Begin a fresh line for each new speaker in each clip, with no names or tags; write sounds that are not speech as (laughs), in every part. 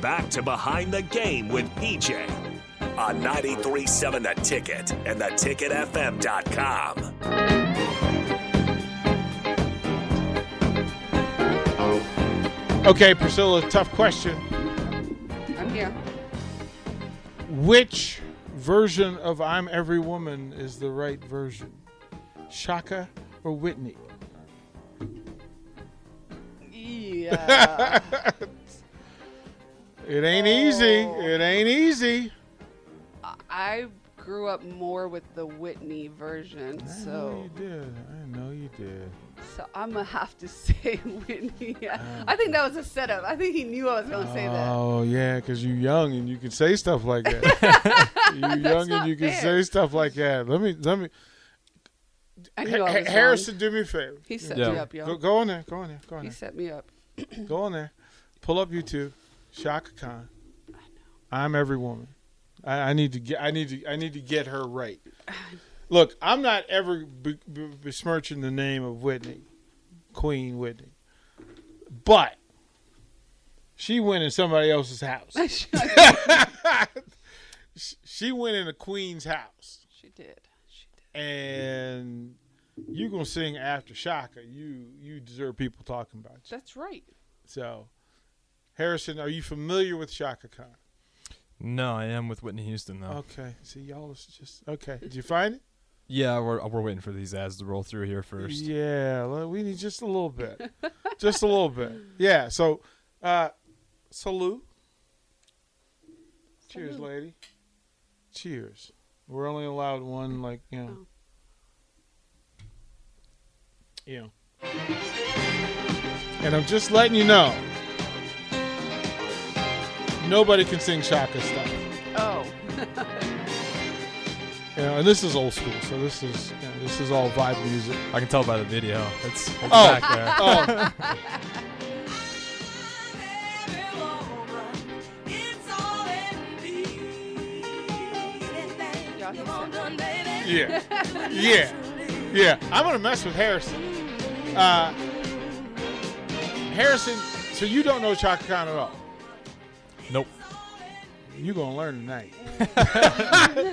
back to Behind the Game with PJ on 937 The Ticket and theticketfm.com.
Okay, Priscilla, tough question.
I'm here.
Which version of I'm Every Woman is the right version? Shaka or Whitney?
Yeah.
(laughs) It ain't easy.
Oh.
It ain't easy.
I grew up more with the Whitney version,
I know
so
you did. I know you did.
so I'm gonna have to (laughs) say Whitney. I think that was a setup. I think he knew I was gonna say that.
Oh yeah, because you young and you can say stuff like that.
(laughs)
you young and
not
you can
fair.
say stuff like that. Let me let me.
I knew I
Ha-
was wrong.
Harrison, do me a favor.
He set
Yeah.
me up,
Go,
yo.
go on there. Go on there. Go on
He
there.
set me up. (laughs)
Go on there. Pull up YouTube. Shaka Khan. I'm every woman. I, I need to get. I need to. I need to get her right. Look, I'm not ever be, be, besmirching the name of Whitney, Queen Whitney, but she went in somebody else's
(laughs)
house.
she
She went in a queen's house,
did. She did.
and you gonna sing after Shaka. You you deserve people talking about you.
That's right.
So, Harrison, are you familiar with Shaka Khan?
No, I am with Whitney Houston though.
Okay. See, y'all is just okay. Did you find it?
Yeah, we're we're waiting for these ads to roll through here first.
Yeah. well, We need just a little bit, just a little bit. Yeah. So, uh, salute. Cheers,
Salute.
lady. Cheers. We're only allowed one, like you know.
Oh.
You know. And I'm just letting you know. Nobody can sing Shaka stuff.
Oh,
You know, and this is old school, so this is you know, this is all vibe music.
I can tell by the video. It's, it's
Oh.
back there.
Oh,
yeah. he set me up.
yeah, (laughs) yeah, yeah. I'm gonna mess with Harrison. Uh, Harrison, so you don't know Chaka Khan at all.
Nope.
You gonna learn
(laughs)
tonight. you gonna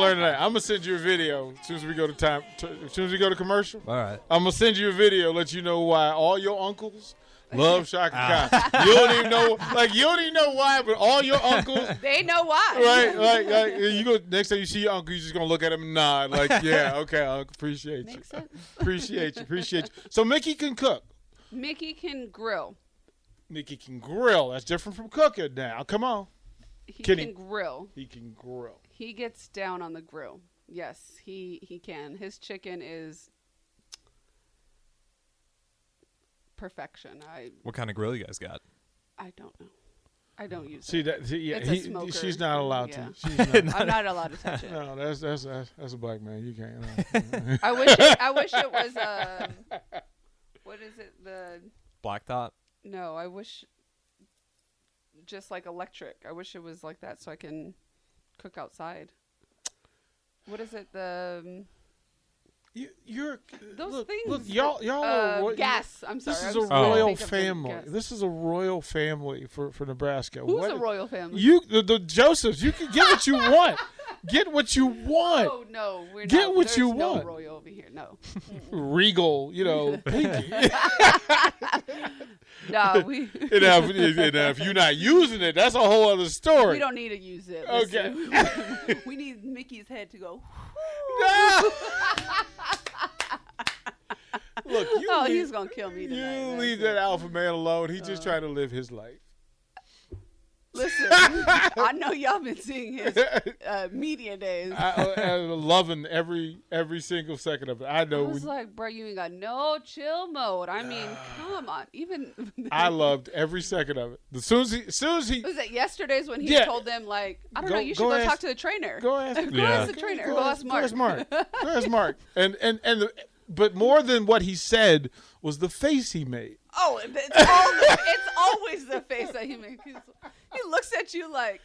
learn tonight. I'm gonna send you a video as soon as we go to time. t- as soon as we go to commercial,
All right.
I'm gonna send you a video. Let you know why all your uncles.
(laughs)
Love Shaka
Ah.
Khan. You don't even know, like you don't even know why, but all your uncles
They know why.
right, right, right. You go next time you see your uncle, you just gonna look at him and nod,
(laughs)
like, yeah, okay, uncle, appreciate you,
Makes sense.
appreciate you, appreciate you. So Mickey can cook.
Mickey can grill.
Mickey can grill. That's different from cooking now. Come on,
He
Can he-
can grill.
he can grill.
He gets down on the grill. Yes, he he can. His chicken is perfection. I
What kind of grill you guys got?
I don't know. I don't use
See
it.
that? see, yeah,
It's a
he-
smoker.
she's not allowed
Yeah.
to. She's
(laughs)
not.
I'm not allowed to touch
(laughs)
it.
No, that's, that's that's that's a black man. You can't. no.
I wish it, I wish it was
(laughs)
um what is it the
Blacktop.
no, I wish just like electric. I wish it was like that so I can cook outside. What is it the um,
you, you're
Those
look,
things
Look, y'all, y'all
uh,
are what,
gas. I'm sorry.
This
I
is a
was trying to
royal
think of the
family.
gas.
This is a royal family for, for Nebraska.
Who's
What-
a royal family?
You the, the Josephs, you can get what you want. Get what you want.
Oh no, we're
Get
not,
what
there's
you
no
want.
royal over here.
(laughs)
No,
Regal, you
(laughs)
know, pinky.
no, we (laughs)
and, now, if, and now if you're not using it, that's a whole other story.
we don't need to use it.
Okay. (laughs)
Listen, we need Mickey's head to go. (laughs)
Look, you
Oh,
leave,
he's gonna kill me
you
tonight. man. Uh.
leave that alpha man alone. He's just trying to live his life.
Listen, I know y'all been seeing
(laughs)
his uh, media days. I,
I, I, I'm loving every every single second of it. I know.
was
when-
like, bro, you ain't got no chill mode. I mean,
(sighs)
come on. Even (laughs)
I loved every second of it. As soon as he, as soon as he
was it yesterday's when he
Yeah.
told them like, I don't
Go-
know, you should
go
go,
ask-
talk to the trainer.
go ask,
(laughs) Go
Yeah.
ask the
Go-
trainer.
Go,
Go, ask Mark.
Go
(laughs)
ask Mark. Go ask Mark. And and and the, but more than what he said was the face he
(laughs)
made.
Oh, it- it's, all the, it's always the face that he makes. He's, he looks at you like,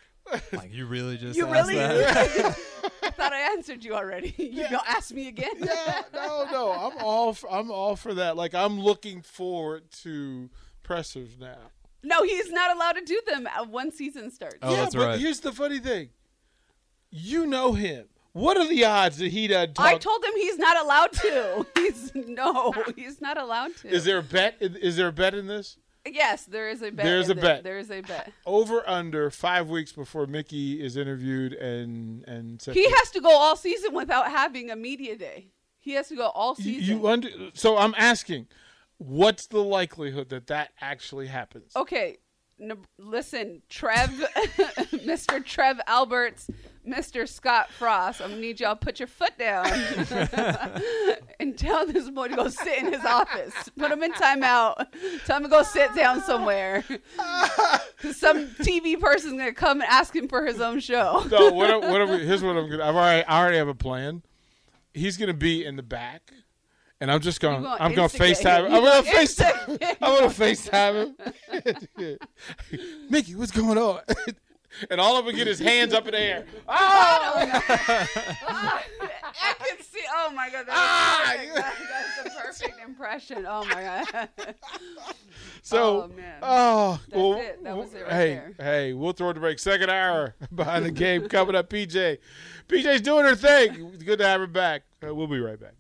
Like you really just
you
asked
really?
that?
(laughs) I thought I answered you already. (laughs) You gonna ask me again?
Yeah, no, no. I'm all for, I'm all for that. Like I'm looking forward to pressers now.
No, he's not allowed to do them uh, once season starts.
Oh,
yeah,
that's
but
right.
here's the funny thing. You know him. What are the odds that he doesn't talk?
I told him he's not allowed to. (laughs) He's no, he's not allowed to.
is there a bet? Is there a bet in this?
Yes, there is a bet.
There's
in
a
the-
bet.
There is
(laughs)
a bet.
Over under five weeks before Mickey is interviewed and and set
He
free.
has to go all season without having a media day. He has to go all
You-
season.
you under, so I'm asking, what's the likelihood that that actually happens?
okay, n- listen, Trev, (laughs) Mr. Trev Alberts, Mr. Scott Frost. I'm gonna need y'all to put your foot down (laughs) and tell this boy to go sit in his office. Put him in timeout. Tell him to go sit down somewhere. 'Cause some TV person's gonna come and ask him for his own show.
So what? Are, what are we, here's what I'm gonna. I've already, I already have a plan. He's gonna be in the back, and I'm just gonna.
You gonna
I'm gonna
instigate.
FaceTime.
You
I'm gonna
gonna
FaceTime.
instigate.
I'm gonna FaceTime him. Mickey, what's going on? (laughs) and all of them get his hands up in the
(laughs)
air. Oh,
I can see. Oh my god,
Ah,
that was perfect. That- that's the perfect impression. Oh my god.
so.
oh, man.
oh, well,
it. That was it right
hey,
there.
hey, we'll throw it to break. Second hour (laughs) behind the game coming up. PJ, PJ's doing her thing. Good to have her back. Uh, we'll be right back.